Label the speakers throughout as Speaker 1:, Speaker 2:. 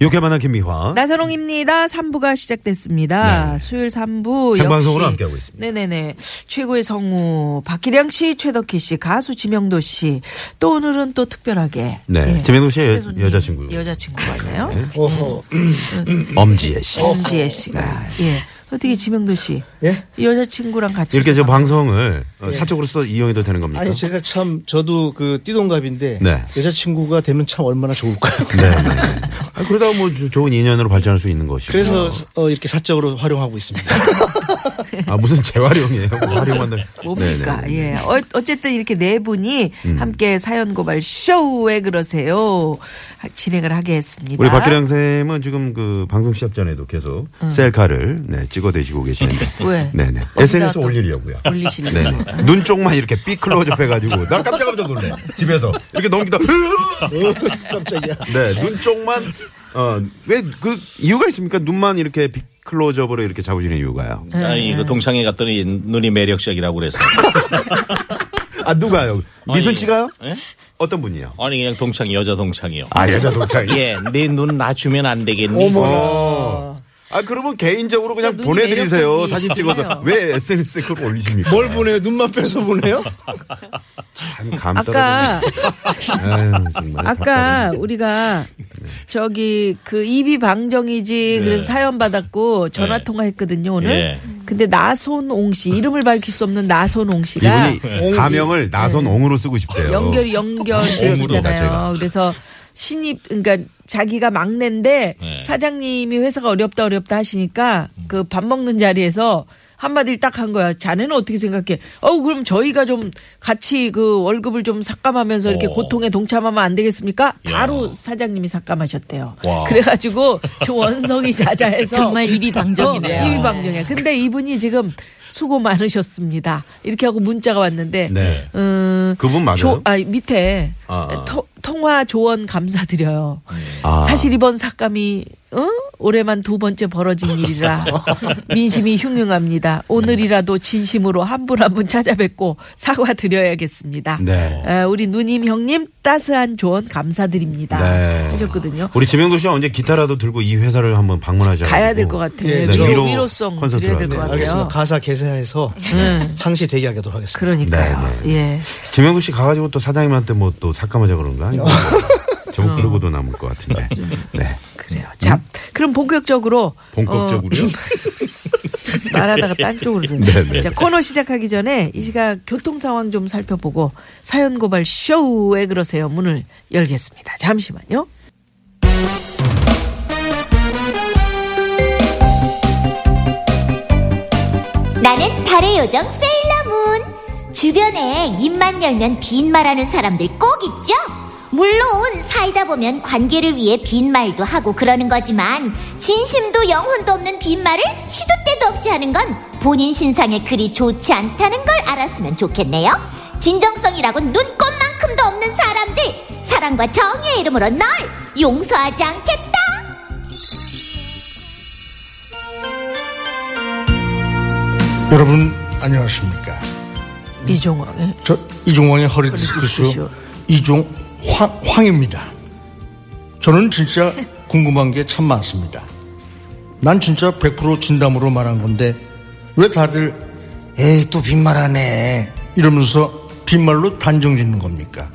Speaker 1: 이렇게 만난 김미화.
Speaker 2: 나선홍입니다. 3부가 시작됐습니다.
Speaker 1: 어? 네.
Speaker 2: 수요일 3부
Speaker 1: 생방송으로
Speaker 2: 역시
Speaker 1: 함께하고 있습니다.
Speaker 2: 네네네. 최고의 성우 박기량 씨, 최덕희 씨, 가수 지명도 씨. 또 오늘은 또 특별하게
Speaker 1: 네,
Speaker 2: 예.
Speaker 1: 지명도 씨의
Speaker 2: 최대손님
Speaker 1: 여자친구. 아,
Speaker 2: 여자친구가 있네요.
Speaker 1: 엄지혜 씨.
Speaker 2: 엄지혜 씨가 예. 어떻게 지명도 씨?
Speaker 3: 예?
Speaker 2: 여자친구랑 같이
Speaker 1: 네. 이렇게 저 방송을
Speaker 2: 예.
Speaker 1: 어, 사적으로서 이용해도 되는 겁니까?
Speaker 3: 아니 제가 참 저도 그 띠동갑인데
Speaker 1: 네.
Speaker 3: 여자친구가 되면 참 얼마나 좋을까요?
Speaker 1: 네. 네. 아, 그러다가 뭐 조- 좋은 인연으로 발전할 수 있는 것이고.
Speaker 3: 그래서 어, 이렇게 사적으로 활용하고 있습니다.
Speaker 1: 아, 무슨 재활용이에요? 뭐 활용한다.
Speaker 2: 뭡니까?
Speaker 1: 네,
Speaker 2: 예. 어, 어쨌든 이렇게 네 분이
Speaker 1: 음.
Speaker 2: 함께 사연 고발 쇼왜 그러세요? 하- 진행을 하게 했습니다.
Speaker 1: 우리 박기량 쌤은 지금 그 방송 시작 전에도 계속 셀카를 네, 찍어 대시고 계시는데.
Speaker 2: 왜?
Speaker 1: 네네.
Speaker 2: 어디다
Speaker 1: SNS 에
Speaker 2: 또
Speaker 1: 올리려고요.
Speaker 2: 올리시는
Speaker 1: 네네. 눈 쪽만 이렇게 삐 클로즈업 해가지고 나 깜짝 깜짝 놀래. 집에서 이렇게 넘기다.
Speaker 3: 깜짝이야.
Speaker 1: 네, 눈 쪽만 어왜 그 이유가 있습니까? 눈만 이렇게 빅 클로즈업으로 이렇게 잡으시는 이유가요?
Speaker 4: 아니 그 동창회 갔더니 눈이 매력적이라고 그래서
Speaker 1: 아 누가요? 미순
Speaker 4: 아니,
Speaker 1: 씨가요?
Speaker 4: 예?
Speaker 1: 어떤 분이요?
Speaker 4: 아니 그냥 동창 여자 동창이요.
Speaker 1: 아 여자 동창이.
Speaker 4: 예내 눈 낮추면 안 되겠니?
Speaker 3: 어머나.
Speaker 1: 아 그러면 개인적으로 그냥
Speaker 2: 진짜 눈이
Speaker 1: 보내드리세요
Speaker 2: 매력적이
Speaker 1: 사진 찍어서
Speaker 2: 있네요.
Speaker 1: 왜 SNS에 그걸 올리십니까?
Speaker 3: 뭘 보내요? 눈만 빼서 보내요?
Speaker 1: 참, 감 네.
Speaker 2: 아까
Speaker 1: 떨어지네. 아유, 정말
Speaker 2: 아까
Speaker 1: 답답하네.
Speaker 2: 우리가 저기 그 이비 방정이지
Speaker 1: 네.
Speaker 2: 그래서 사연 받았고 전화
Speaker 4: 네.
Speaker 2: 통화했거든요 오늘.
Speaker 4: 예.
Speaker 2: 근데 나손옹 씨 이름을 밝힐 수 없는 나손옹 씨가
Speaker 1: 이분이 가명을 나선옹으로 쓰고 싶대요.
Speaker 2: 네. 연결
Speaker 1: 옹으로다, 제가.
Speaker 2: 연결되시잖아요. 그래서 신입 그러니까 자기가 막내인데
Speaker 4: 네.
Speaker 2: 사장님이 회사가 어렵다 어렵다 하시니까 그 밥 먹는 자리에서 한마디 딱 한 거야. 자네는 어떻게 생각해? 어우 그럼 저희가 좀 같이 그 월급을 좀 삭감하면서 이렇게
Speaker 4: 어.
Speaker 2: 고통에 동참하면 안 되겠습니까? 바로
Speaker 4: 야.
Speaker 2: 사장님이 삭감하셨대요.
Speaker 4: 와.
Speaker 2: 그래가지고 저 원성이 자자해서
Speaker 5: 정말 입이 방정이네요.
Speaker 2: 어, 입이 방정이야. 근데 이분이 지금 수고 많으셨습니다. 이렇게 하고 문자가 왔는데
Speaker 1: 네.
Speaker 2: 음,
Speaker 1: 그분 맞아요?
Speaker 2: 조- 아, 밑에
Speaker 1: 아, 아.
Speaker 2: 토- 통화 조언 감사드려요.
Speaker 1: 아.
Speaker 2: 사실 이번 삭감이 어? 올해만 두 번째 벌어진 일이라
Speaker 1: 네.
Speaker 2: 민심이 흉흉합니다. 오늘이라도 진심으로 한 분 한 분 찾아뵙고 사과드려야겠습니다.
Speaker 1: 네.
Speaker 2: 아, 우리 누님 형님 따스한 조언 감사드립니다.
Speaker 1: 네.
Speaker 2: 하셨거든요.
Speaker 1: 우리 지명도 씨가 언제 기타라도 들고 이 회사를 한번 방문하자.
Speaker 2: 가야 될 것 같아요.
Speaker 3: 예,
Speaker 2: 좀
Speaker 3: 저-
Speaker 1: 위로
Speaker 2: 위로성
Speaker 1: 콘서트를
Speaker 2: 드려야 될 것
Speaker 1: 하네요.
Speaker 2: 같아요. 네.
Speaker 3: 알겠습니다. 가사 개사해서 항시 대기하도록 하겠습니다.
Speaker 2: 그러니까요.
Speaker 1: 네,
Speaker 2: 예.
Speaker 1: 지명도 씨 가가지고 또 사장님한테 뭐 또 삭감하자 그런가? 아니면 뭐 저거
Speaker 2: 어.
Speaker 1: 그러고도 남을 것 같은데. 네.
Speaker 2: 그래요. 자, 그럼 본격적으로
Speaker 1: 본격적으로요?
Speaker 2: 어, 말하다가 딴 쪽으로 좀.
Speaker 1: 네, 네.
Speaker 2: 자, 코너 시작하기 전에 이 시각 교통 상황 좀 살펴보고 사연 고발 쇼왜 그러세요 문을 열겠습니다. 잠시만요.
Speaker 6: 나는 달의 요정 세일러문. 주변에 입만 열면 빈말하는 사람들 꼭 있죠? 물론 살다 보면 관계를 위해 빈말도 하고 그러는 거지만 진심도 영혼도 없는 빈말을 시도 때도 없이 하는 건 본인 신상에 그리 좋지 않다는 걸 알았으면 좋겠네요. 진정성이라고 눈꽃만큼도 없는 사람들 사랑과 정의의 이름으로 널 용서하지 않겠다.
Speaker 3: 여러분 안녕하십니까?
Speaker 2: 이종왕의
Speaker 3: 저 이종왕의 허리 디스크쇼
Speaker 2: 디스크쇼.
Speaker 3: 이종 황, 황입니다. 저는 진짜 궁금한 게 참 많습니다. 난 진짜 100% 진담으로 말한 건데 왜 다들 에이 또 빈말하네 이러면서 빈말로 단정 짓는 겁니까?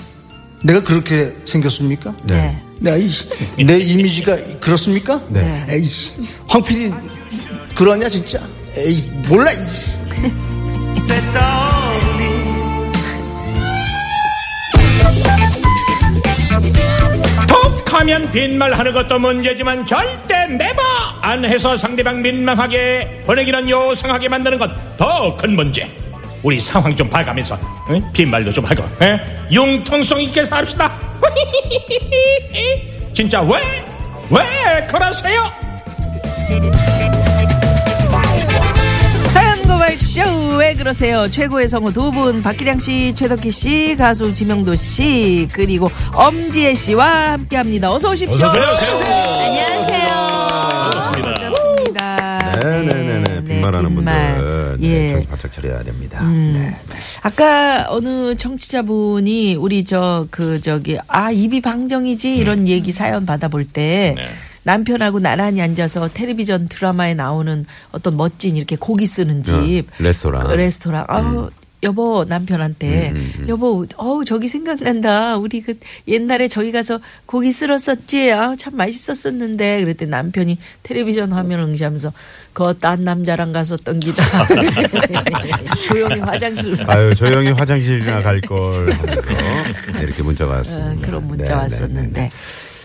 Speaker 3: 내가 그렇게 생겼습니까?
Speaker 1: 네.
Speaker 3: 내, 아이씨, 내 이미지가 그렇습니까?
Speaker 1: 네.
Speaker 3: 에이씨, 황 PD 그러냐 진짜? 에이 몰라 이씨.
Speaker 7: 톡하면 빈말하는 것도 문제지만 절대 네버 안 해서 상대방 민망하게 보내기는 요상하게 만드는 건 더 큰 문제. 우리 상황 좀 봐가면서 응? 빈말도 좀 하고 에? 융통성 있게 삽시다. 진짜 왜? 왜 그러세요?
Speaker 2: 사연 고발 쇼왜 그러세요? 최고의 성우 두 분 박기량 씨, 최덕기 씨, 가수 지명도 씨 그리고 엄지혜 씨와 함께합니다. 어서 오십시오.
Speaker 1: 어서 오세요.
Speaker 8: 안녕하세요.
Speaker 7: 반갑습니다.
Speaker 2: 반갑습니다.
Speaker 1: 네네네네. 빈말하는
Speaker 2: 아, 빈말.
Speaker 1: 분들
Speaker 2: 예. 음.
Speaker 1: 네, 정신 바짝 차려야 됩니다. 네.
Speaker 2: 아까 어느 청취자분이 우리 저 그 저기 아 입이 방정이지
Speaker 1: 음.
Speaker 2: 이런 얘기 사연 받아볼 때
Speaker 4: 네.
Speaker 2: 남편하고 나란히 앉아서 텔레비전 드라마에 나오는 어떤 멋진 이렇게 고기 쓰는 집
Speaker 1: 어, 레스토랑. 음.
Speaker 2: 그 레스토랑 아우 여보 남편한테 여보 어우 저기 생각난다 우리 그 옛날에 저기 가서 고기 쓸었었지 아우 참 맛있었었는데 그랬더니 남편이 텔레비전 화면을 응시하면서 그 딴 남자랑 가서 던기다 조용히 화장실로
Speaker 1: 아유 조용히 화장실이나 갈 걸 하면서 네, 이렇게 문자가
Speaker 2: 어,
Speaker 1: 왔습니다.
Speaker 2: 그런 문자
Speaker 1: 네, 네,
Speaker 2: 왔었는데
Speaker 1: 네,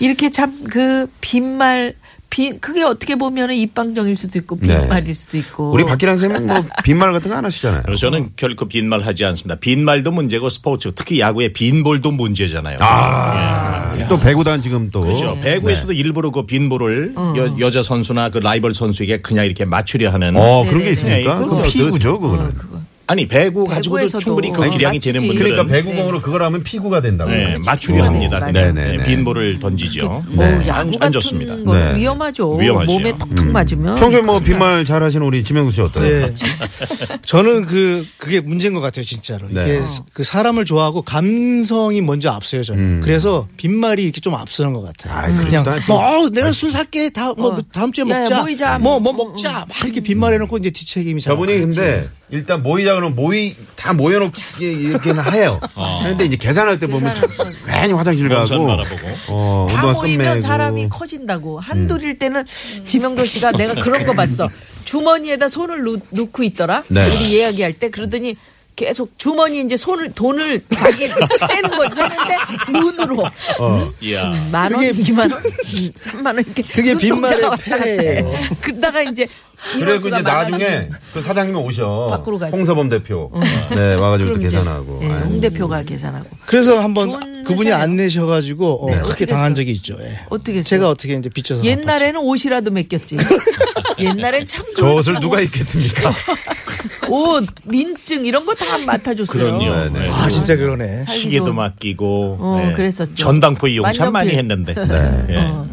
Speaker 2: 이렇게 참 그 빈말 빈 그게 어떻게 보면은 입방정일 수도 있고
Speaker 1: 네.
Speaker 2: 빈말일 수도
Speaker 1: 네.
Speaker 2: 있고
Speaker 1: 우리 박기랑 쌤은 뭐 빈말 같은 거 안 하시잖아요.
Speaker 4: 그래서
Speaker 2: 어.
Speaker 4: 저는 결코 빈말 하지 않습니다. 빈말도 문제고 스포츠 특히 야구의 빈볼도 문제잖아요.
Speaker 1: 아, 또 배구단 지금 또
Speaker 4: 그렇죠. 배구에서도
Speaker 2: 네.
Speaker 4: 일부러 그 빈볼을
Speaker 2: 어.
Speaker 4: 여, 여자 선수나 그 라이벌 선수에게 그냥 이렇게 맞추려 하는
Speaker 1: 어 그런 게
Speaker 4: 네,
Speaker 1: 있습니까?
Speaker 4: 그럼요.
Speaker 1: 그건 피구죠 그거는.
Speaker 4: 아니 배구 가지고도
Speaker 2: 배구에서도
Speaker 4: 충분히 그
Speaker 2: 어,
Speaker 4: 기량이
Speaker 2: 맞추지. 음,
Speaker 4: 되는 분들은
Speaker 1: 그러니까 배구공으로 그걸 하면 피구가 된다고.
Speaker 4: 네, 맞추려
Speaker 1: 어,
Speaker 4: 합니다.
Speaker 2: 맞아요.
Speaker 4: 그냥
Speaker 1: 네네네.
Speaker 4: 네, 빈볼을 던지죠.
Speaker 2: 어,
Speaker 1: 네.
Speaker 2: 야구
Speaker 4: 안-
Speaker 2: 같은
Speaker 4: 안 좋습니다.
Speaker 2: 건
Speaker 1: 네.
Speaker 2: 위험하죠.
Speaker 4: 위험하죠.
Speaker 2: 몸에 톡톡 맞으면
Speaker 1: 평소에 뭐 빈말 잘하시는 우리 지명수 씨 어때요?
Speaker 3: 예. 저는 그 그게 문제인 것 같아요 진짜로
Speaker 1: 네.
Speaker 3: 이게 그 사람을 좋아하고 감성이 먼저 앞서요 저는 그래서 빈말이 이렇게 좀 앞서는 것 같아요
Speaker 1: 음. 아이, 그러지도
Speaker 3: 그냥
Speaker 1: 않죠.
Speaker 3: 뭐 어, 내가 술 살게 다 뭐 다음 주에
Speaker 2: 야, 야,
Speaker 3: 먹자
Speaker 2: 어. 네, 모이자.
Speaker 3: 뭐 뭐 먹자 막 이렇게 빈말해놓고 이제 뒷책임이 잘
Speaker 1: 저분이
Speaker 3: 안 가겠지.
Speaker 1: 근데 일단 모이자 그러면 모이 다 모여놓고 이렇게는 해요. 그런데 이제 계산할 때 보면 좀 괜히 화장실
Speaker 4: 몸살
Speaker 1: 가고
Speaker 4: 말아보고.
Speaker 1: 어,
Speaker 2: 다
Speaker 1: 운동화
Speaker 2: 모이면
Speaker 1: 끝매고. 음.
Speaker 2: 사람이 커진다고 한둘일 때는 지명도 씨가 내가 그런 거 봤어 주머니에다 손을 놓, 놓고 있더라
Speaker 1: 네.
Speaker 2: 우리 이야기할 때 그러더니 계속 주머니 이제 손을 돈을 자기 세는 걸 세는데 눈으로
Speaker 1: 어.
Speaker 4: 이야.
Speaker 2: 만 원,
Speaker 3: 그게-
Speaker 2: 이만 원, 삼만 원 이렇게
Speaker 3: 그게 빈말의
Speaker 2: 눈동자가 왔다 갔다 해.
Speaker 3: 폐예요.
Speaker 2: 그러다가 이제
Speaker 1: 그래서
Speaker 2: 인원수가
Speaker 1: 이제 나중에
Speaker 2: 많아지면
Speaker 1: 그 사장님 오셔.
Speaker 2: 밖으로 가죠.
Speaker 1: 홍서범 대표. 네, 와가지고 또
Speaker 2: 그럼 이제,
Speaker 1: 계산하고.
Speaker 2: 예,
Speaker 1: 아유. 아,
Speaker 2: 홍 대표가 계산하고
Speaker 3: 그래서
Speaker 2: 좋은
Speaker 3: 한번 그분이
Speaker 2: 회사예요.
Speaker 3: 안 내셔가지고 어,
Speaker 2: 네, 어떻게
Speaker 3: 크게 당한
Speaker 2: 했어요?
Speaker 3: 적이 있죠 예.
Speaker 2: 어떻게 했어요?
Speaker 3: 제가 어떻게 이제 빚져서
Speaker 2: 옛날에는 옷이라도 맡겼지 옛날엔 참
Speaker 1: 저 옷을
Speaker 2: 그런
Speaker 1: 누가 입겠습니까?
Speaker 2: 옷, 민증 이런 거 다 맡아줬어요.
Speaker 4: 그럼요.
Speaker 1: 네, 네.
Speaker 4: 네.
Speaker 3: 아 진짜 그러네
Speaker 2: 살기
Speaker 4: 시계도
Speaker 2: 좋은-
Speaker 4: 맡기고 네.
Speaker 2: 어, 그랬었죠.
Speaker 4: 전당포 이용 참 많이
Speaker 2: 만년필.
Speaker 4: 했는데. 예.
Speaker 2: 어,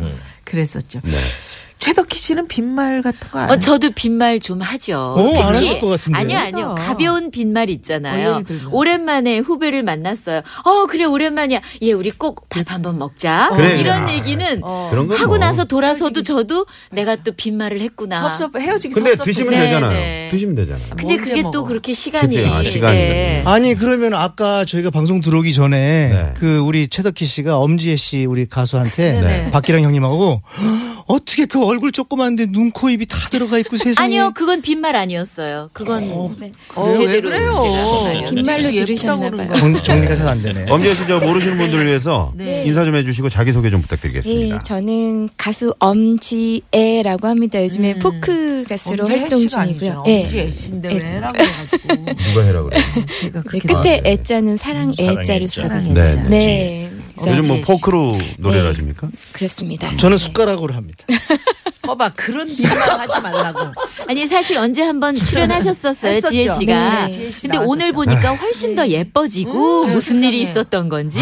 Speaker 2: 그랬었죠.
Speaker 1: 네.
Speaker 2: 최덕희 씨는 빈말 같은 거 안.
Speaker 5: 어, 저도 빈말 좀 하죠.
Speaker 3: 오, 안
Speaker 5: 특히-
Speaker 3: 하실 것 같은데.
Speaker 5: 아니요, 아니요.
Speaker 2: 그러니까.
Speaker 5: 가벼운 빈말
Speaker 2: 어,
Speaker 5: 있잖아요.
Speaker 2: 예를 들면.
Speaker 5: 오랜만에 후배를 만났어요. 어, 그래, 오랜만이야. 예, 우리 꼭 밥 한번 먹자.
Speaker 9: 어,
Speaker 1: 그래,
Speaker 5: 이런
Speaker 9: 그러니까.
Speaker 1: 그래.
Speaker 5: 얘기는
Speaker 2: 어.
Speaker 1: 그런 건
Speaker 5: 하고
Speaker 1: 뭐.
Speaker 5: 나서 돌아서도 저도 내가 또 빈말을 했구나.
Speaker 2: 섭섭 헤어지기
Speaker 1: 근데
Speaker 2: 섭섭해서.
Speaker 1: 드시면
Speaker 5: 네,
Speaker 1: 되잖아요.
Speaker 5: 네.
Speaker 1: 드시면 되잖아요.
Speaker 5: 근데
Speaker 2: 언제
Speaker 5: 그게
Speaker 2: 먹어?
Speaker 5: 또 그렇게 시간이.
Speaker 1: 쉽지 않아, 시간이
Speaker 5: 예.
Speaker 3: 아니 그러면 아까 저희가 방송 들어오기 전에
Speaker 1: 네.
Speaker 3: 그 우리 최덕희 씨가 엄지혜 씨 우리 가수한테
Speaker 2: 네네.
Speaker 3: 박기랑 형님하고 어떻게 그 얼굴 조그만데 눈 코 입이 다 들어가 있고 세상에
Speaker 5: 아니요, 그건 빈말 아니었어요. 그건 네.
Speaker 2: 어, 왜
Speaker 5: 제대로
Speaker 2: 그래요?
Speaker 5: 제가
Speaker 2: 빈말로
Speaker 5: 들으셨나 봐요.
Speaker 3: 정, 정리가 잘 안 되네.
Speaker 1: 엄지현 씨저 모르시는 분들을 위해서
Speaker 2: 네.
Speaker 1: 인사 좀 해주시고 자기 소개 좀 부탁드리겠습니다.
Speaker 9: 예, 저는 가수 엄지애라고 합니다.
Speaker 5: 음.
Speaker 9: 요즘에 포크 가수로
Speaker 2: 엄지
Speaker 9: 활동
Speaker 2: 애씨가 아니죠.
Speaker 9: 중이고요. 예.
Speaker 5: 예.
Speaker 2: 엄지 애씨인데 왜라고 해가지고
Speaker 1: 누가 해라 아, 그래?
Speaker 2: 제가
Speaker 9: 네,
Speaker 2: 그렇게
Speaker 9: 끝에
Speaker 1: 나왔어요.
Speaker 9: 애자는 사랑 애자를 쓰고
Speaker 2: 사랑의
Speaker 9: 있습니다.
Speaker 1: 자.
Speaker 9: 네.
Speaker 2: 네.
Speaker 9: 그래서
Speaker 1: 요즘 뭐
Speaker 2: 엄지혜 씨.
Speaker 1: 포크로 노래를
Speaker 9: 네.
Speaker 1: 하십니까?
Speaker 9: 그렇습니다.
Speaker 3: 저는 숟가락으로 합니다.
Speaker 2: 거봐 그런 빈말 하지 말라고.
Speaker 5: 아니 사실 언제 한번 출연하셨었어요
Speaker 2: 했었죠.
Speaker 5: 지혜 씨가.
Speaker 2: 네, 네. 지혜 씨
Speaker 5: 근데
Speaker 2: 나왔었죠. 네.
Speaker 5: 오늘 보니까 훨씬 더 예뻐지고
Speaker 2: 음,
Speaker 5: 무슨 일이
Speaker 2: 세상에.
Speaker 5: 있었던 건지.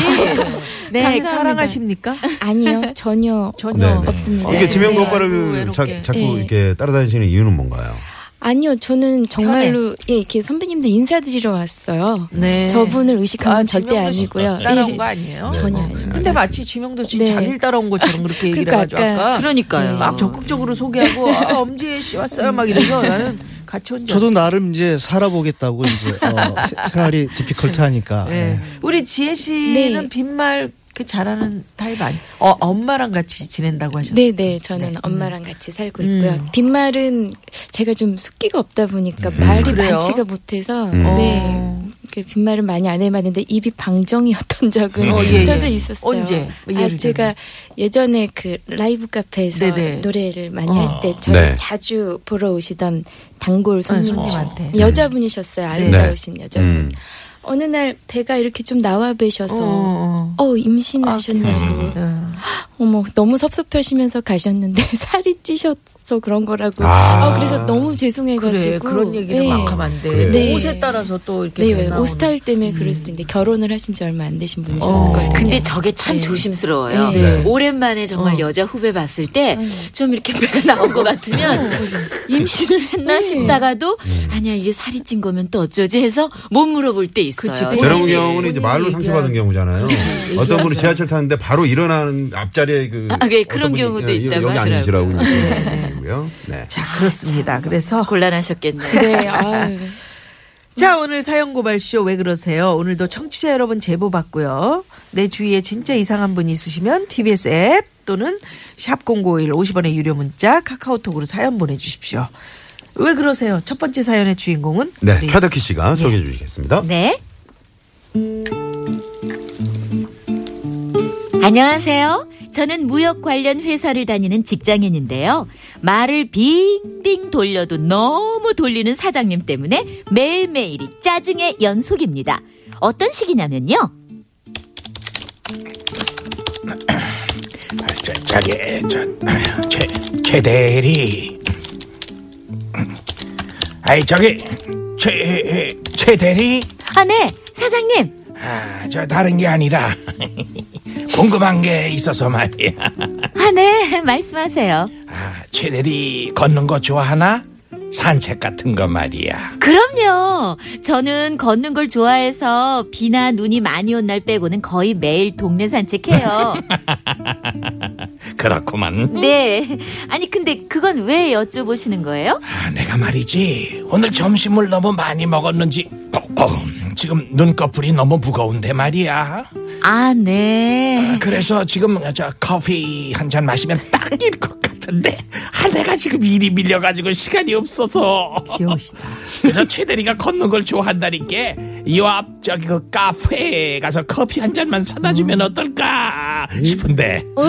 Speaker 9: 네,
Speaker 2: 당신
Speaker 9: 감사합니다.
Speaker 2: 사랑하십니까?
Speaker 9: 아니요. 전혀
Speaker 2: 전혀
Speaker 1: 네, 네.
Speaker 9: 없습니다.
Speaker 1: 이게
Speaker 9: 네.
Speaker 1: 지명도
Speaker 2: 아이고,
Speaker 1: 오빠를 자,
Speaker 2: 외롭게.
Speaker 1: 자꾸
Speaker 9: 네.
Speaker 1: 이렇게 따라다니시는 이유는 뭔가요?
Speaker 9: 아니요. 저는 정말로 예, 이렇게 선배님들 인사드리러 왔어요.
Speaker 2: 네.
Speaker 9: 저분을 의식한 건
Speaker 2: 아,
Speaker 9: 절대
Speaker 2: 지명도 씨
Speaker 9: 아니고요.
Speaker 2: 따라온
Speaker 9: 예.
Speaker 2: 거 아니에요?
Speaker 9: 전혀
Speaker 1: 네.
Speaker 9: 아니에요.
Speaker 2: 근데 마치 지명도 씨
Speaker 9: 네.
Speaker 2: 자기를 따라온 것처럼 그렇게 얘기를
Speaker 9: 그러니까
Speaker 2: 해가지고 아까
Speaker 9: 아까
Speaker 5: 그러니까요.
Speaker 2: 막 적극적으로 소개하고 아, 엄지혜 씨 왔어요 막 이래서 나는 같이 혼자
Speaker 3: 저도 나름 이제 살아보겠다고 이제 어, 세- 생활이 디피컬트하니까.
Speaker 2: 예.
Speaker 3: 네.
Speaker 2: 우리 지혜 씨는
Speaker 9: 네.
Speaker 2: 빈말 그 잘하는 타입 아니? 어 엄마랑 같이 지낸다고 하셨어요.
Speaker 9: 네, 네. 저는 엄마랑 같이 살고
Speaker 2: 음.
Speaker 9: 있고요. 빈말은 제가 좀 숙기가 없다 보니까 말이
Speaker 2: 그래요?
Speaker 9: 많지가 못해서
Speaker 2: 어.
Speaker 9: 네. 그 빈말은 많이 안 해봤는데 입이 방정이었던
Speaker 4: 음.
Speaker 9: 적은
Speaker 2: 어, 예,
Speaker 9: 저도
Speaker 2: 예.
Speaker 9: 있었어요.
Speaker 2: 언제? 뭐 예를
Speaker 9: 아, 제가 예전에 그 라이브 카페에서
Speaker 2: 네네.
Speaker 9: 노래를 많이
Speaker 2: 어.
Speaker 9: 할 때 저를
Speaker 1: 네.
Speaker 9: 자주 보러 오시던
Speaker 2: 네,
Speaker 9: 단골 손님 중
Speaker 2: 손님한테.
Speaker 9: 여자분이셨어요.
Speaker 2: 네.
Speaker 9: 아름다우신 여자분.
Speaker 1: 음.
Speaker 9: 어느 날 배가 이렇게 좀 나와
Speaker 2: 어,
Speaker 9: 배셔서
Speaker 2: 어,
Speaker 9: 어
Speaker 2: 아,
Speaker 9: 임신하셨냐고
Speaker 2: 어.
Speaker 9: 어머 너무 섭섭하시면서 가셨는데 살이 찌셨 싶어 그런 거라고.
Speaker 1: 아.
Speaker 9: 어, 그래서 너무
Speaker 2: 그래,
Speaker 9: 죄송해가지고.
Speaker 2: 그런 얘기를 막 하면 안 돼.
Speaker 1: 그래.
Speaker 2: 뭐 옷에 따라서 또 이렇게
Speaker 9: 네,
Speaker 2: 또
Speaker 9: 맞아요.
Speaker 2: 나오는.
Speaker 9: 옷 스타일 때문에
Speaker 2: 음.
Speaker 9: 그럴 수도 있는데 결혼을 하신 지 얼마 안
Speaker 2: 어.
Speaker 9: 되신 분이셨을 것 같아요.
Speaker 1: 네.
Speaker 5: 근데 저게 참 조심스러워요.
Speaker 9: 네.
Speaker 5: 오랜만에
Speaker 2: 어.
Speaker 5: 정말 여자 후배 봤을 때 좀 이렇게 배가 나온 것 같으면 임신을 했나 싶다가도
Speaker 1: 음.
Speaker 5: 아니야 이게 살이 찐 거면 또 어쩌지 해서 못 물어볼 때 있어요.
Speaker 2: 아,
Speaker 1: 저런
Speaker 2: 네.
Speaker 1: 경우는 이제 말로 상처받은 경우잖아요.
Speaker 2: 그렇죠.
Speaker 1: 어떤 분은
Speaker 5: 얘기하죠.
Speaker 1: 지하철 타는데 바로 일어나는 앞자리에 그.
Speaker 5: 아, 그게
Speaker 1: 어떤
Speaker 5: 그런
Speaker 1: 분이,
Speaker 5: 경우도
Speaker 1: 예,
Speaker 5: 있다고
Speaker 1: 여기
Speaker 5: 하시더라고요.
Speaker 1: 아니시라고. 이렇게 얘기고요. 네.
Speaker 2: 자, 그렇습니다. 그래서
Speaker 5: 곤란하셨겠네요.
Speaker 9: 네, 아,
Speaker 2: 자, 오늘 사연 고발 쇼 왜 그러세요? 오늘도 청취자 여러분 제보 받고요. 내 주위에 진짜 이상한 분 있으시면 TBS 앱 또는 샵 #051 50원의 유료 문자 카카오톡으로 사연 보내주십시오. 왜 그러세요? 첫 번째 사연의 주인공은
Speaker 1: 네.
Speaker 2: 우리
Speaker 1: 최덕희 씨가 소개해 주시겠습니다.
Speaker 5: 네. 안녕하세요. 저는 무역 관련 회사를 다니는 직장인인데요. 말을 빙빙 돌려도 너무 돌리는 사장님 때문에 매일매일이 짜증의 연속입니다. 어떤 식이냐면요.
Speaker 4: 저, 저기 저, 아휴, 최, 최 대리 아이 저기 최,
Speaker 2: 예.
Speaker 4: 최 대리
Speaker 5: 아, 네. 사장님.
Speaker 4: 아, 저 다른 게 아니라 궁금한 게 있어서 말이야
Speaker 5: 아, 네. 말씀하세요.
Speaker 4: 아, 최 대리 걷는 거 좋아하나? 산책 같은 거 말이야
Speaker 5: 그럼요. 저는 걷는 걸 좋아해서 비나 눈이 많이 온 날 빼고는 거의 매일 동네 산책해요.
Speaker 4: 그렇구만
Speaker 5: 네. 아니, 근데 그건 왜 여쭤보시는 거예요?
Speaker 4: 아, 내가 말이지 오늘 점심을 너무 많이 먹었는지 어, 어, 지금 눈꺼풀이 너무 무거운데 말이야
Speaker 5: 아, 네.
Speaker 4: 아, 그래서 지금 저 커피 한 잔 마시면 딱일 것 같은데 아, 내가 지금 일이 밀려가지고 시간이 없어서
Speaker 2: 귀여우시다.
Speaker 4: 그래서 최대리가 걷는 걸 좋아한다니까 이앞 저기 그 카페에 가서 커피 한 잔만 사다 주면 어떨까 싶은데
Speaker 5: 어?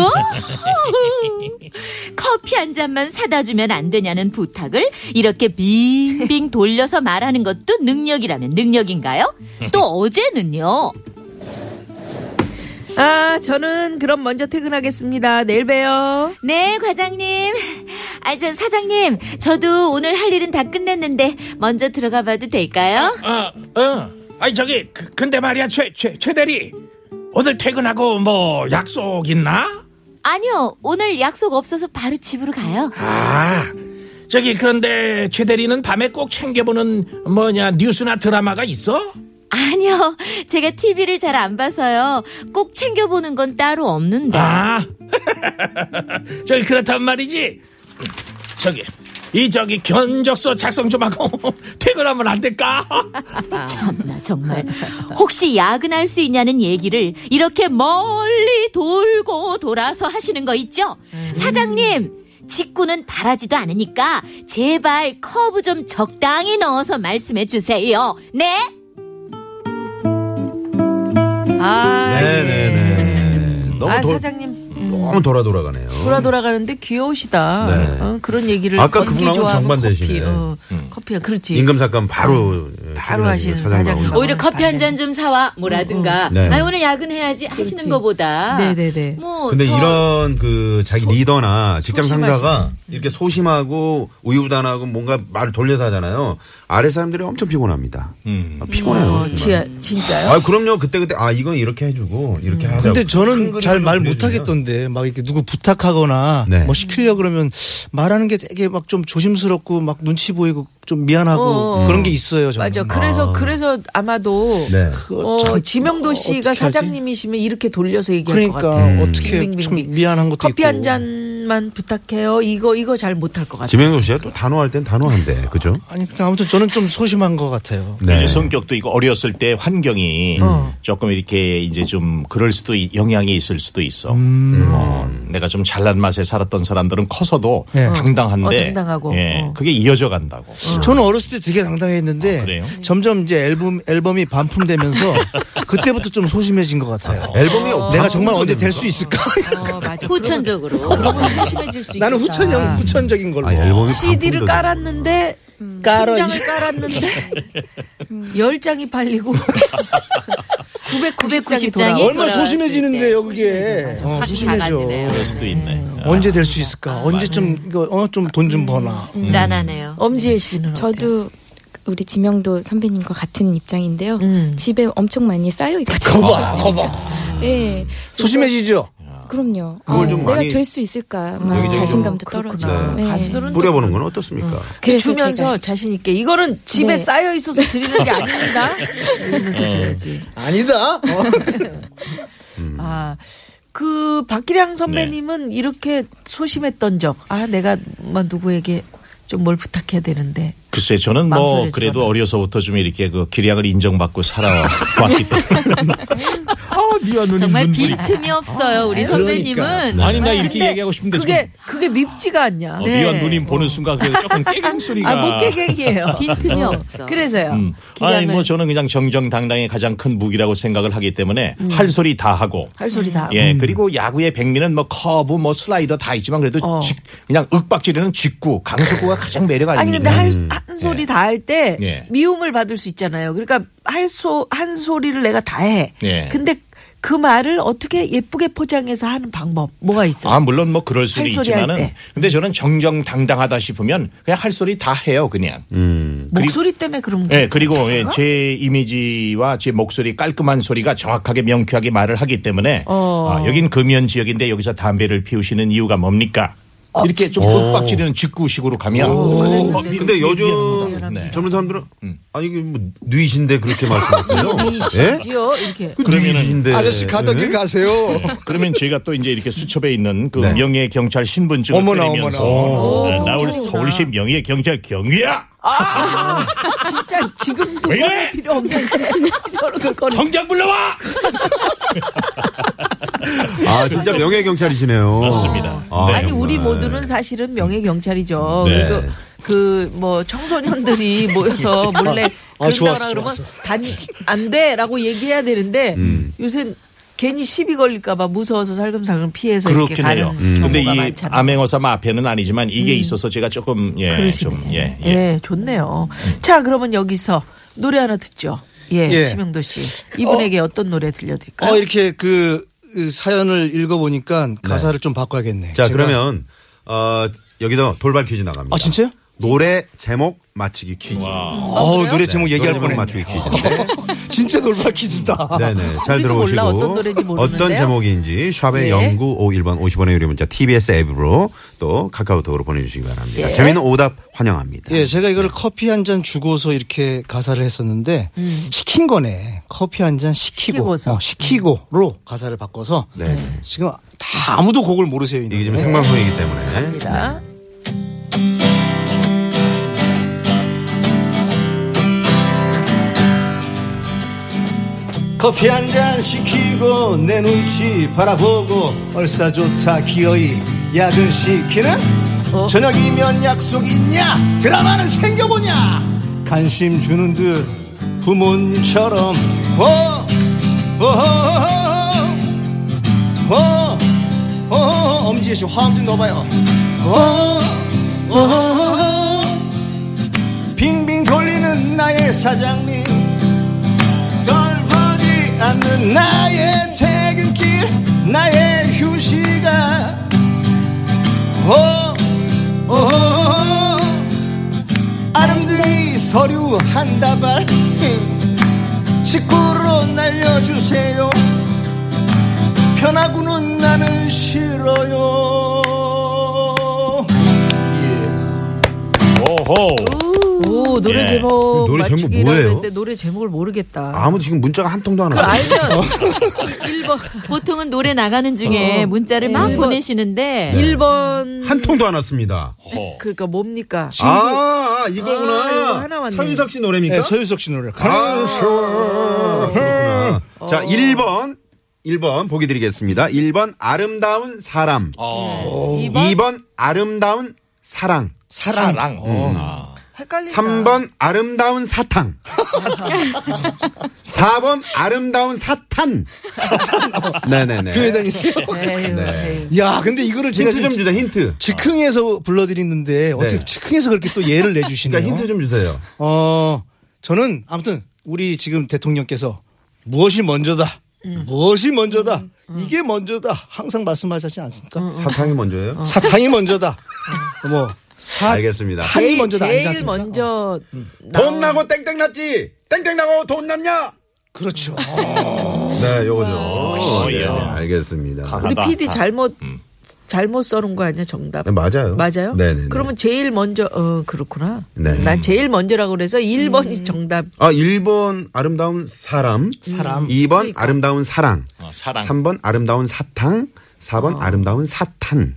Speaker 5: 커피 한 잔만 사다 주면 안 되냐는 부탁을 이렇게 빙빙 돌려서 말하는 것도 능력이라면 능력인가요? 또 어제는요.
Speaker 2: 아, 저는 그럼 먼저 퇴근하겠습니다. 내일 봬요.
Speaker 5: 네, 과장님. 아, 저 사장님, 저도 오늘 할 일은 다 끝냈는데 먼저 들어가 봐도 될까요?
Speaker 4: 어, 어. 아니 저기 그- 근데 말이야 최, 최, 최대리 오늘 퇴근하고 뭐 약속 있나?
Speaker 5: 아니요, 오늘 약속 없어서 바로 집으로 가요.
Speaker 4: 아 저기 그런데 최대리는 밤에 꼭 챙겨보는 뭐냐 뉴스나 드라마가 있어?
Speaker 5: 아니요, 제가 TV를 잘 안 봐서요. 꼭 챙겨보는 건 따로 없는데.
Speaker 4: 아 저기 그렇단 말이지 저기 이 저기 견적서 작성 좀 하고 퇴근하면 안 될까?
Speaker 5: 참나 정말 혹시 야근할 수 있냐는 얘기를 이렇게 멀리 돌고 돌아서 하시는 거 있죠? 사장님 직구는 바라지도 않으니까 제발 커브 좀 적당히 넣어서 말씀해 주세요. 네?
Speaker 2: 아, 예.
Speaker 1: 네, 네네네. 너무
Speaker 2: 아,
Speaker 1: 도,
Speaker 2: 사장님.
Speaker 1: 너무 돌아 돌아가네요.
Speaker 2: 돌아 돌아가는데 귀여우시다.
Speaker 1: 네.
Speaker 2: 어, 그런 얘기를
Speaker 1: 아까
Speaker 2: 걷기
Speaker 1: 그분하고는
Speaker 2: 좋아하고
Speaker 1: 정반대시네. 음.
Speaker 2: 커피, 어, 커피야 그렇지.
Speaker 1: 임금 사건 바로 예,
Speaker 2: 음. 바로
Speaker 1: 출근하시는
Speaker 2: 하시는
Speaker 1: 사장님하고.
Speaker 2: 사장님. 어, 네.
Speaker 5: 오히려 커피 한 잔 좀 사와 뭐라든가.
Speaker 1: 네. 음, 음. 네.
Speaker 5: 아 오늘 야근해야지 하시는 거보다.
Speaker 2: 네네네.
Speaker 5: 뭐
Speaker 1: 근데
Speaker 5: 더-
Speaker 1: 이런 그 자기 리더나 직장
Speaker 2: 소심하시네.
Speaker 1: 상사가 이렇게 소심하고 우유부단하고 뭔가 말을 돌려서 하잖아요. 아래 사람들이 엄청 피곤합니다.
Speaker 3: 음.
Speaker 1: 아, 피곤해요.
Speaker 5: 뭐,
Speaker 1: 정말.
Speaker 2: 어, 지아, 진짜요?
Speaker 1: 아 그럼요. 그때 그때 아 이건 이렇게 해주고 이렇게
Speaker 2: 음.
Speaker 1: 하자.
Speaker 3: 근데 저는 잘 말 못하겠던데 막 이렇게 누구 부탁하거나
Speaker 1: 네.
Speaker 3: 뭐 시키려 그러면 말하는 게 되게 막 좀 조심스럽고 막 눈치 보이고 좀 미안하고
Speaker 2: 어, 어.
Speaker 3: 그런 게 있어요. 저는.
Speaker 2: 맞아. 그래서 그래서 아마도
Speaker 1: 네.
Speaker 3: 그거
Speaker 2: 어,
Speaker 3: 참
Speaker 2: 지명도
Speaker 3: 어,
Speaker 2: 씨가
Speaker 3: 어떻게 하지?
Speaker 2: 사장님이시면 이렇게 돌려서 얘기할 것
Speaker 3: 그러니까
Speaker 2: 같아요.
Speaker 3: 어떻게
Speaker 2: 빙빙빙빙.
Speaker 3: 좀 미안한 것도
Speaker 2: 커피
Speaker 3: 있고.
Speaker 2: 한 잔만 부탁해요. 이거 이거 잘 못할 것 같아요.
Speaker 5: 어,
Speaker 1: 지명도 씨가 또 단호할 땐 단호한데 그죠? 네.
Speaker 3: 아니 근데 아무튼 저는 좀 소심한 것 같아요.
Speaker 10: 이제 성격도 있고 어렸을 때 환경이
Speaker 4: 음.
Speaker 2: 어.
Speaker 10: 조금 이렇게 이제 좀 그럴 수도 있- 영향이 있을 수도 있어.
Speaker 4: 음.
Speaker 10: 어, 내가 좀 잘난 맛에 살았던 사람들은 커서도
Speaker 3: 예.
Speaker 10: 당당한데
Speaker 2: 어, 당당하고.
Speaker 10: 예,
Speaker 2: 어.
Speaker 10: 그게 이어져 간다고.
Speaker 2: 아.
Speaker 3: 저는 어렸을 때 되게 당당했는데
Speaker 10: 아, 그래요?
Speaker 3: 점점 이제 앨범 앨범이 반품되면서 그때부터 좀 소심해진 것 같아요.
Speaker 1: 앨범이 없-
Speaker 3: 내가 정말 언제 될 수 있을까?
Speaker 2: 어, 맞아.
Speaker 5: 후천적으로.
Speaker 2: 그러면 심해질 수
Speaker 3: 나는
Speaker 2: 있겠다.
Speaker 3: 후천형 후천적인 걸로.
Speaker 1: 아 앨범이
Speaker 2: CD를
Speaker 1: 반품도
Speaker 2: 깔았는데 음,
Speaker 3: 깔아. 음.
Speaker 2: 천장을 깔았는데 열 장이 팔리고 990장이
Speaker 5: 990
Speaker 2: 돌아.
Speaker 5: 장이
Speaker 3: 얼마
Speaker 5: 돌아왔을
Speaker 3: 소심해지는데요, 그게.
Speaker 2: 소심해지죠.
Speaker 3: 어,
Speaker 5: 확 작아지네요.
Speaker 3: 소심해져.
Speaker 4: 그럴 수도 있네.
Speaker 2: 예.
Speaker 3: 언제 될 수 있을까? 언제 좀 이거 어 좀 돈 좀 버나.
Speaker 2: 음.
Speaker 5: 음. 짠하네요.
Speaker 2: 엄지혜 씨는 어때요?
Speaker 9: 저도 우리 지명도 선배님과 같은 입장인데요.
Speaker 2: 음.
Speaker 9: 집에 엄청 많이 쌓여 있거든요.
Speaker 2: 아,
Speaker 3: 거봐, 거봐.
Speaker 9: 예.
Speaker 3: 소심해지죠.
Speaker 9: 그럼요.
Speaker 1: 그걸
Speaker 9: 아,
Speaker 1: 좀
Speaker 9: 내가
Speaker 1: 많이
Speaker 9: 될 수 있을까?
Speaker 1: 여기저기 좀
Speaker 9: 아, 자신감도
Speaker 2: 그렇구나.
Speaker 9: 떨어지고.
Speaker 1: 네.
Speaker 9: 예.
Speaker 2: 가수들은
Speaker 1: 뿌려보는 건 어떻습니까?
Speaker 2: 음.
Speaker 9: 그래서
Speaker 2: 주면서
Speaker 9: 제가
Speaker 2: 자신 있게 이거는 집에
Speaker 9: 네.
Speaker 2: 쌓여 있어서 드리는 게 아닙니다. 이러면서
Speaker 10: 예.
Speaker 2: 줘야지.
Speaker 3: 아니다. 어.
Speaker 2: 아. 그 박기량 선배님은
Speaker 4: 네.
Speaker 2: 이렇게 소심했던 적. 아, 내가 뭐 누구에게 좀 뭘 부탁해야 되는데.
Speaker 4: 글쎄 저는 뭐
Speaker 2: 망설이지만.
Speaker 4: 그래도 어려서부터 좀 이렇게 그 기량을 인정받고 살아왔기 때문에 아 미안
Speaker 5: 정말 빈틈이 없어요. 우리
Speaker 3: 그러니까.
Speaker 5: 선배님은
Speaker 4: 아니 나 이렇게 얘기하고 싶은데
Speaker 2: 그게 그게 밉지가 않냐.
Speaker 4: 지금 어, 미안 누님 보는 순간 그 조금 깨갱 소리가
Speaker 2: 아, 목개갱이에요.
Speaker 5: 빈틈이 없어.
Speaker 2: 그래서요.
Speaker 4: 음. 아니
Speaker 2: 기량을
Speaker 4: 뭐 저는 그냥 정정당당의 가장 큰 무기라고 생각을 하기 때문에
Speaker 2: 음.
Speaker 4: 할 소리 다 하고
Speaker 2: 할 소리
Speaker 9: 음.
Speaker 2: 다.
Speaker 4: 예 그리고 야구의 백미는 뭐 커브 뭐 슬라이더 다 있지만 그래도
Speaker 2: 어.
Speaker 4: 직- 그냥 윽박지르는 직구 강속구가 가장 매력
Speaker 2: 아니 근데
Speaker 4: 아닙니까?
Speaker 2: 할, 수- 한 소리 다 할 때
Speaker 4: 예.
Speaker 2: 미움을 받을 수 있잖아요. 그러니까 할 소 한 소리를 내가 다 해.
Speaker 4: 예.
Speaker 2: 근데 그 말을 어떻게 예쁘게 포장해서 하는 방법 뭐가 있어요?
Speaker 4: 아 물론 뭐 그럴 수도
Speaker 2: 할 소리 할
Speaker 4: 있지만은
Speaker 2: 때.
Speaker 4: 근데 저는 정정당당하다 싶으면 그냥 할 소리 다 해요 그냥.
Speaker 2: 목소리 때문에 그런 거.
Speaker 4: 예, 그리고 예, 제 이미지와 제 목소리 깔끔한 소리가 정확하게 명쾌하게 말을 하기 때문에
Speaker 2: 어.
Speaker 4: 아, 여긴 금연 지역인데 여기서 담배를 피우시는 이유가 뭡니까? 이렇게 좀
Speaker 2: 어.
Speaker 4: 윽박지르는 직구식으로 가면 어, 미-
Speaker 1: 근데
Speaker 4: 미-
Speaker 1: 요즘
Speaker 4: 미안합니다. 네.
Speaker 1: 젊은 사람들은 아니 이게 뭐 뉘신데 그렇게 말씀하세요? 예?
Speaker 2: 지요 이렇게.
Speaker 1: 그 뉘신데
Speaker 3: 아저씨 가던 길 가세요.
Speaker 4: 그러면 제가 또 이제 이렇게 수첩에 있는 그
Speaker 1: 네.
Speaker 4: 명예 경찰 신분증을
Speaker 3: 어머나,
Speaker 4: 내면서 네,
Speaker 3: 어머나.
Speaker 4: 나 오늘 서울시 명예 경찰 경위야.
Speaker 2: 진짜 지금도
Speaker 4: 왜 이래?
Speaker 2: 꺼낼 필요 없는 있으시네. 저런 걸 꺼내.
Speaker 4: 정장 불러와.
Speaker 1: 아 진짜 명예 경찰이시네요.
Speaker 4: 맞습니다. 네.
Speaker 2: 아니 우리
Speaker 1: 정말.
Speaker 2: 모두는 사실은 명예 경찰이죠.
Speaker 4: 네.
Speaker 2: 그리고 그뭐 청소년들이 모여서 몰래
Speaker 3: 아, 아, 좋았어,
Speaker 2: 그런다거나 그러면
Speaker 3: 좋았어.
Speaker 2: 단안 돼라고 얘기해야 되는데
Speaker 4: 음.
Speaker 2: 요새 괜히 시비 걸릴까봐 무서워서 살금살금 피해서 이렇게
Speaker 4: 그렇긴
Speaker 2: 가는
Speaker 4: 해요. 음. 근데
Speaker 2: 경우가
Speaker 4: 이
Speaker 2: 많잖아요. 음.
Speaker 4: 암행어사 마패는 아니지만 이게 있어서 제가 조금 예,
Speaker 2: 그러시네.
Speaker 4: 좀
Speaker 2: 예,
Speaker 4: 예, 음. 예.
Speaker 2: 좋네요. 자, 그러면 여기서 노래 하나 듣죠. 예,
Speaker 3: 예.
Speaker 2: 지명도 씨. 이분에게 어, 떤 노래 들려드릴까요?
Speaker 3: 어 이렇게 그, 그 사연을 읽어보니까 가사를 좀 바꿔야겠네.
Speaker 1: 자
Speaker 3: 제가
Speaker 1: 그러면 어, 여기서 돌발 퀴즈 나갑니다.
Speaker 3: 아, 진짜요?
Speaker 1: 노래 제목 맞히기 퀴즈.
Speaker 3: 어 노래 제목
Speaker 1: 네,
Speaker 3: 얘기할
Speaker 1: 노래 제목
Speaker 3: 뻔했네.
Speaker 1: 맞추기 퀴즈인데.
Speaker 3: 진짜 돌발 퀴즈다.
Speaker 1: 네네. 잘
Speaker 2: 우리도
Speaker 1: 들어보시고
Speaker 2: 몰라, 어떤 노래인지 모르는데요.
Speaker 1: 어떤 제목인지 샵의
Speaker 2: 예.
Speaker 1: 0951번 50원의 유료 문자 TBS 앱으로 또 카카오톡으로 보내주시기 바랍니다.
Speaker 2: 예.
Speaker 1: 재미있는 오답 환영합니다.
Speaker 3: 예, 제가 이거를 커피 한 잔 주고서 이렇게 가사를 했었는데 시킨 거네. 커피 한 잔 시키고,
Speaker 2: 시키고서.
Speaker 3: 어, 시키고로 가사를 바꿔서
Speaker 1: 네.
Speaker 3: 지금 다 아무도 곡을 모르세요. 이
Speaker 1: 이게 지금
Speaker 3: 노래.
Speaker 1: 생방송이기 때문에. 네.
Speaker 2: 자,
Speaker 3: 커피 한 잔 시키고 내 눈치 바라보고 얼싸 좋다 기어이 야근 시키는 저녁이면 약속 있냐 드라마는 챙겨보냐 관심 주는 듯 부모님처럼 어 어허허허 어 어허허 엄지혜 씨 화음 좀 넣어봐요 어 어허허 빙빙 돌리는 나의 사장님 덜보지 않는 나의 퇴근길 나의 휴식아 오, 오, 아름드리 서류 한 다발 직구로 날려주세요 편하고는 나는 싫어요
Speaker 4: 오호.
Speaker 2: 오, 노래
Speaker 4: 예.
Speaker 2: 제목
Speaker 1: 노래 제목
Speaker 2: 맞추기라고
Speaker 1: 뭐예요?
Speaker 2: 했는데 노래 제목을 모르겠다.
Speaker 1: 아무도 지금 문자가 한 통도 안
Speaker 2: 그걸
Speaker 1: 와.
Speaker 2: 알면
Speaker 1: 아.
Speaker 2: 1번
Speaker 5: 보통은 노래 나가는 중에
Speaker 2: 어.
Speaker 5: 문자를 막
Speaker 2: 네.
Speaker 5: 보내시는데
Speaker 2: 1번
Speaker 1: 한 통도 안 왔습니다.
Speaker 4: 호.
Speaker 2: 그러니까 뭡니까?
Speaker 1: 아,
Speaker 2: 아, 이거
Speaker 1: 이거구나.
Speaker 2: 하나 왔네.
Speaker 1: 서윤석 씨 노래입니까?
Speaker 3: 서유석 씨 노래 네.
Speaker 1: 아, 그렇구나.
Speaker 2: 어.
Speaker 1: 자, 1번. 1번 보기 드리겠습니다. 1번 아름다운 사람.
Speaker 2: 어.
Speaker 3: 어,
Speaker 2: 이
Speaker 1: 2번, 아름다운 사랑.
Speaker 4: 사랑. 어. 아.
Speaker 2: 헷갈린다.
Speaker 1: 3번 아름다운 사탕. 4번 아름다운 사탄. 네네네.
Speaker 3: 교회 다니세요?
Speaker 2: 에휴,
Speaker 1: 네.
Speaker 2: 에휴.
Speaker 3: 그 야 근데 이거를 제가
Speaker 1: 힌트 좀
Speaker 3: 지금
Speaker 1: 주자, 힌트.
Speaker 3: 즉흥에서 불러드리는데 어떻게
Speaker 1: 네.
Speaker 3: 즉흥에서 그렇게 또 예를 내주시네요.
Speaker 1: 그러니까 힌트 좀 주세요.
Speaker 3: 어 저는 아무튼 우리 지금 대통령께서 무엇이 먼저다. 무엇이 먼저다. 이게 먼저다. 항상 말씀하시지 않습니까?
Speaker 1: 사탕이 먼저예요?
Speaker 3: 사탕이 먼저다. 뭐 사,
Speaker 1: 알겠습니다.
Speaker 3: 탄이 먼저다 아니지
Speaker 2: 제일
Speaker 3: 않습니까?
Speaker 2: 먼저
Speaker 1: 음. 돈 나고 땡땡 났지. 땡땡 나고 돈 났냐?
Speaker 3: 그렇죠.
Speaker 1: 네, 요거죠. 네,
Speaker 4: 야.
Speaker 1: 알겠습니다.
Speaker 2: 우리
Speaker 4: 나-
Speaker 2: PD
Speaker 4: 나-
Speaker 2: 잘못 잘못 써놓은 거 아니야 정답?
Speaker 1: 네, 맞아요.
Speaker 2: 맞아요?
Speaker 1: 네, 네.
Speaker 2: 그러면 제일 먼저 어 그렇구나.
Speaker 1: 네. 음.
Speaker 2: 난 제일 먼저라고 그래서 1번이 정답.
Speaker 1: 아, 1번 아름다운 사람,
Speaker 3: 사람.
Speaker 1: 2번 아름다운 사랑, 어.
Speaker 4: 어, 사랑.
Speaker 1: 3번 아름다운 사탕, 4번 아름다운 사탄.
Speaker 2: 음,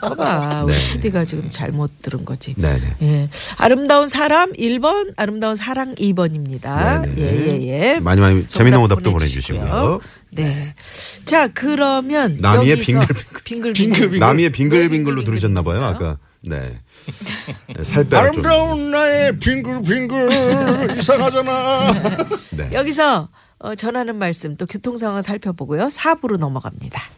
Speaker 2: 봐봐. 우리
Speaker 1: 네.
Speaker 2: PD가 지금 잘못 들은 거지.
Speaker 1: 네, 네.
Speaker 2: 예. 아름다운 사람 1번, 아름다운 사랑 2번입니다.
Speaker 1: 네, 네.
Speaker 2: 예, 예, 예.
Speaker 1: 많이 많이 재밌는
Speaker 2: 정답
Speaker 1: 오답도 보내주시고요.
Speaker 2: 네. 자, 그러면
Speaker 1: 남이의
Speaker 2: 여기서
Speaker 1: 빙글빙글.
Speaker 2: 빙글 빙글
Speaker 1: 남이의 빙글빙글로 들으셨나 봐요, 아까. 네. 네, 살 빼라 좀.
Speaker 3: 아름다운 나의 빙글빙글 이상하잖아.
Speaker 1: 네.
Speaker 2: 여기서 어, 전하는 말씀 또 교통 상황 살펴보고요. 4부로 넘어갑니다.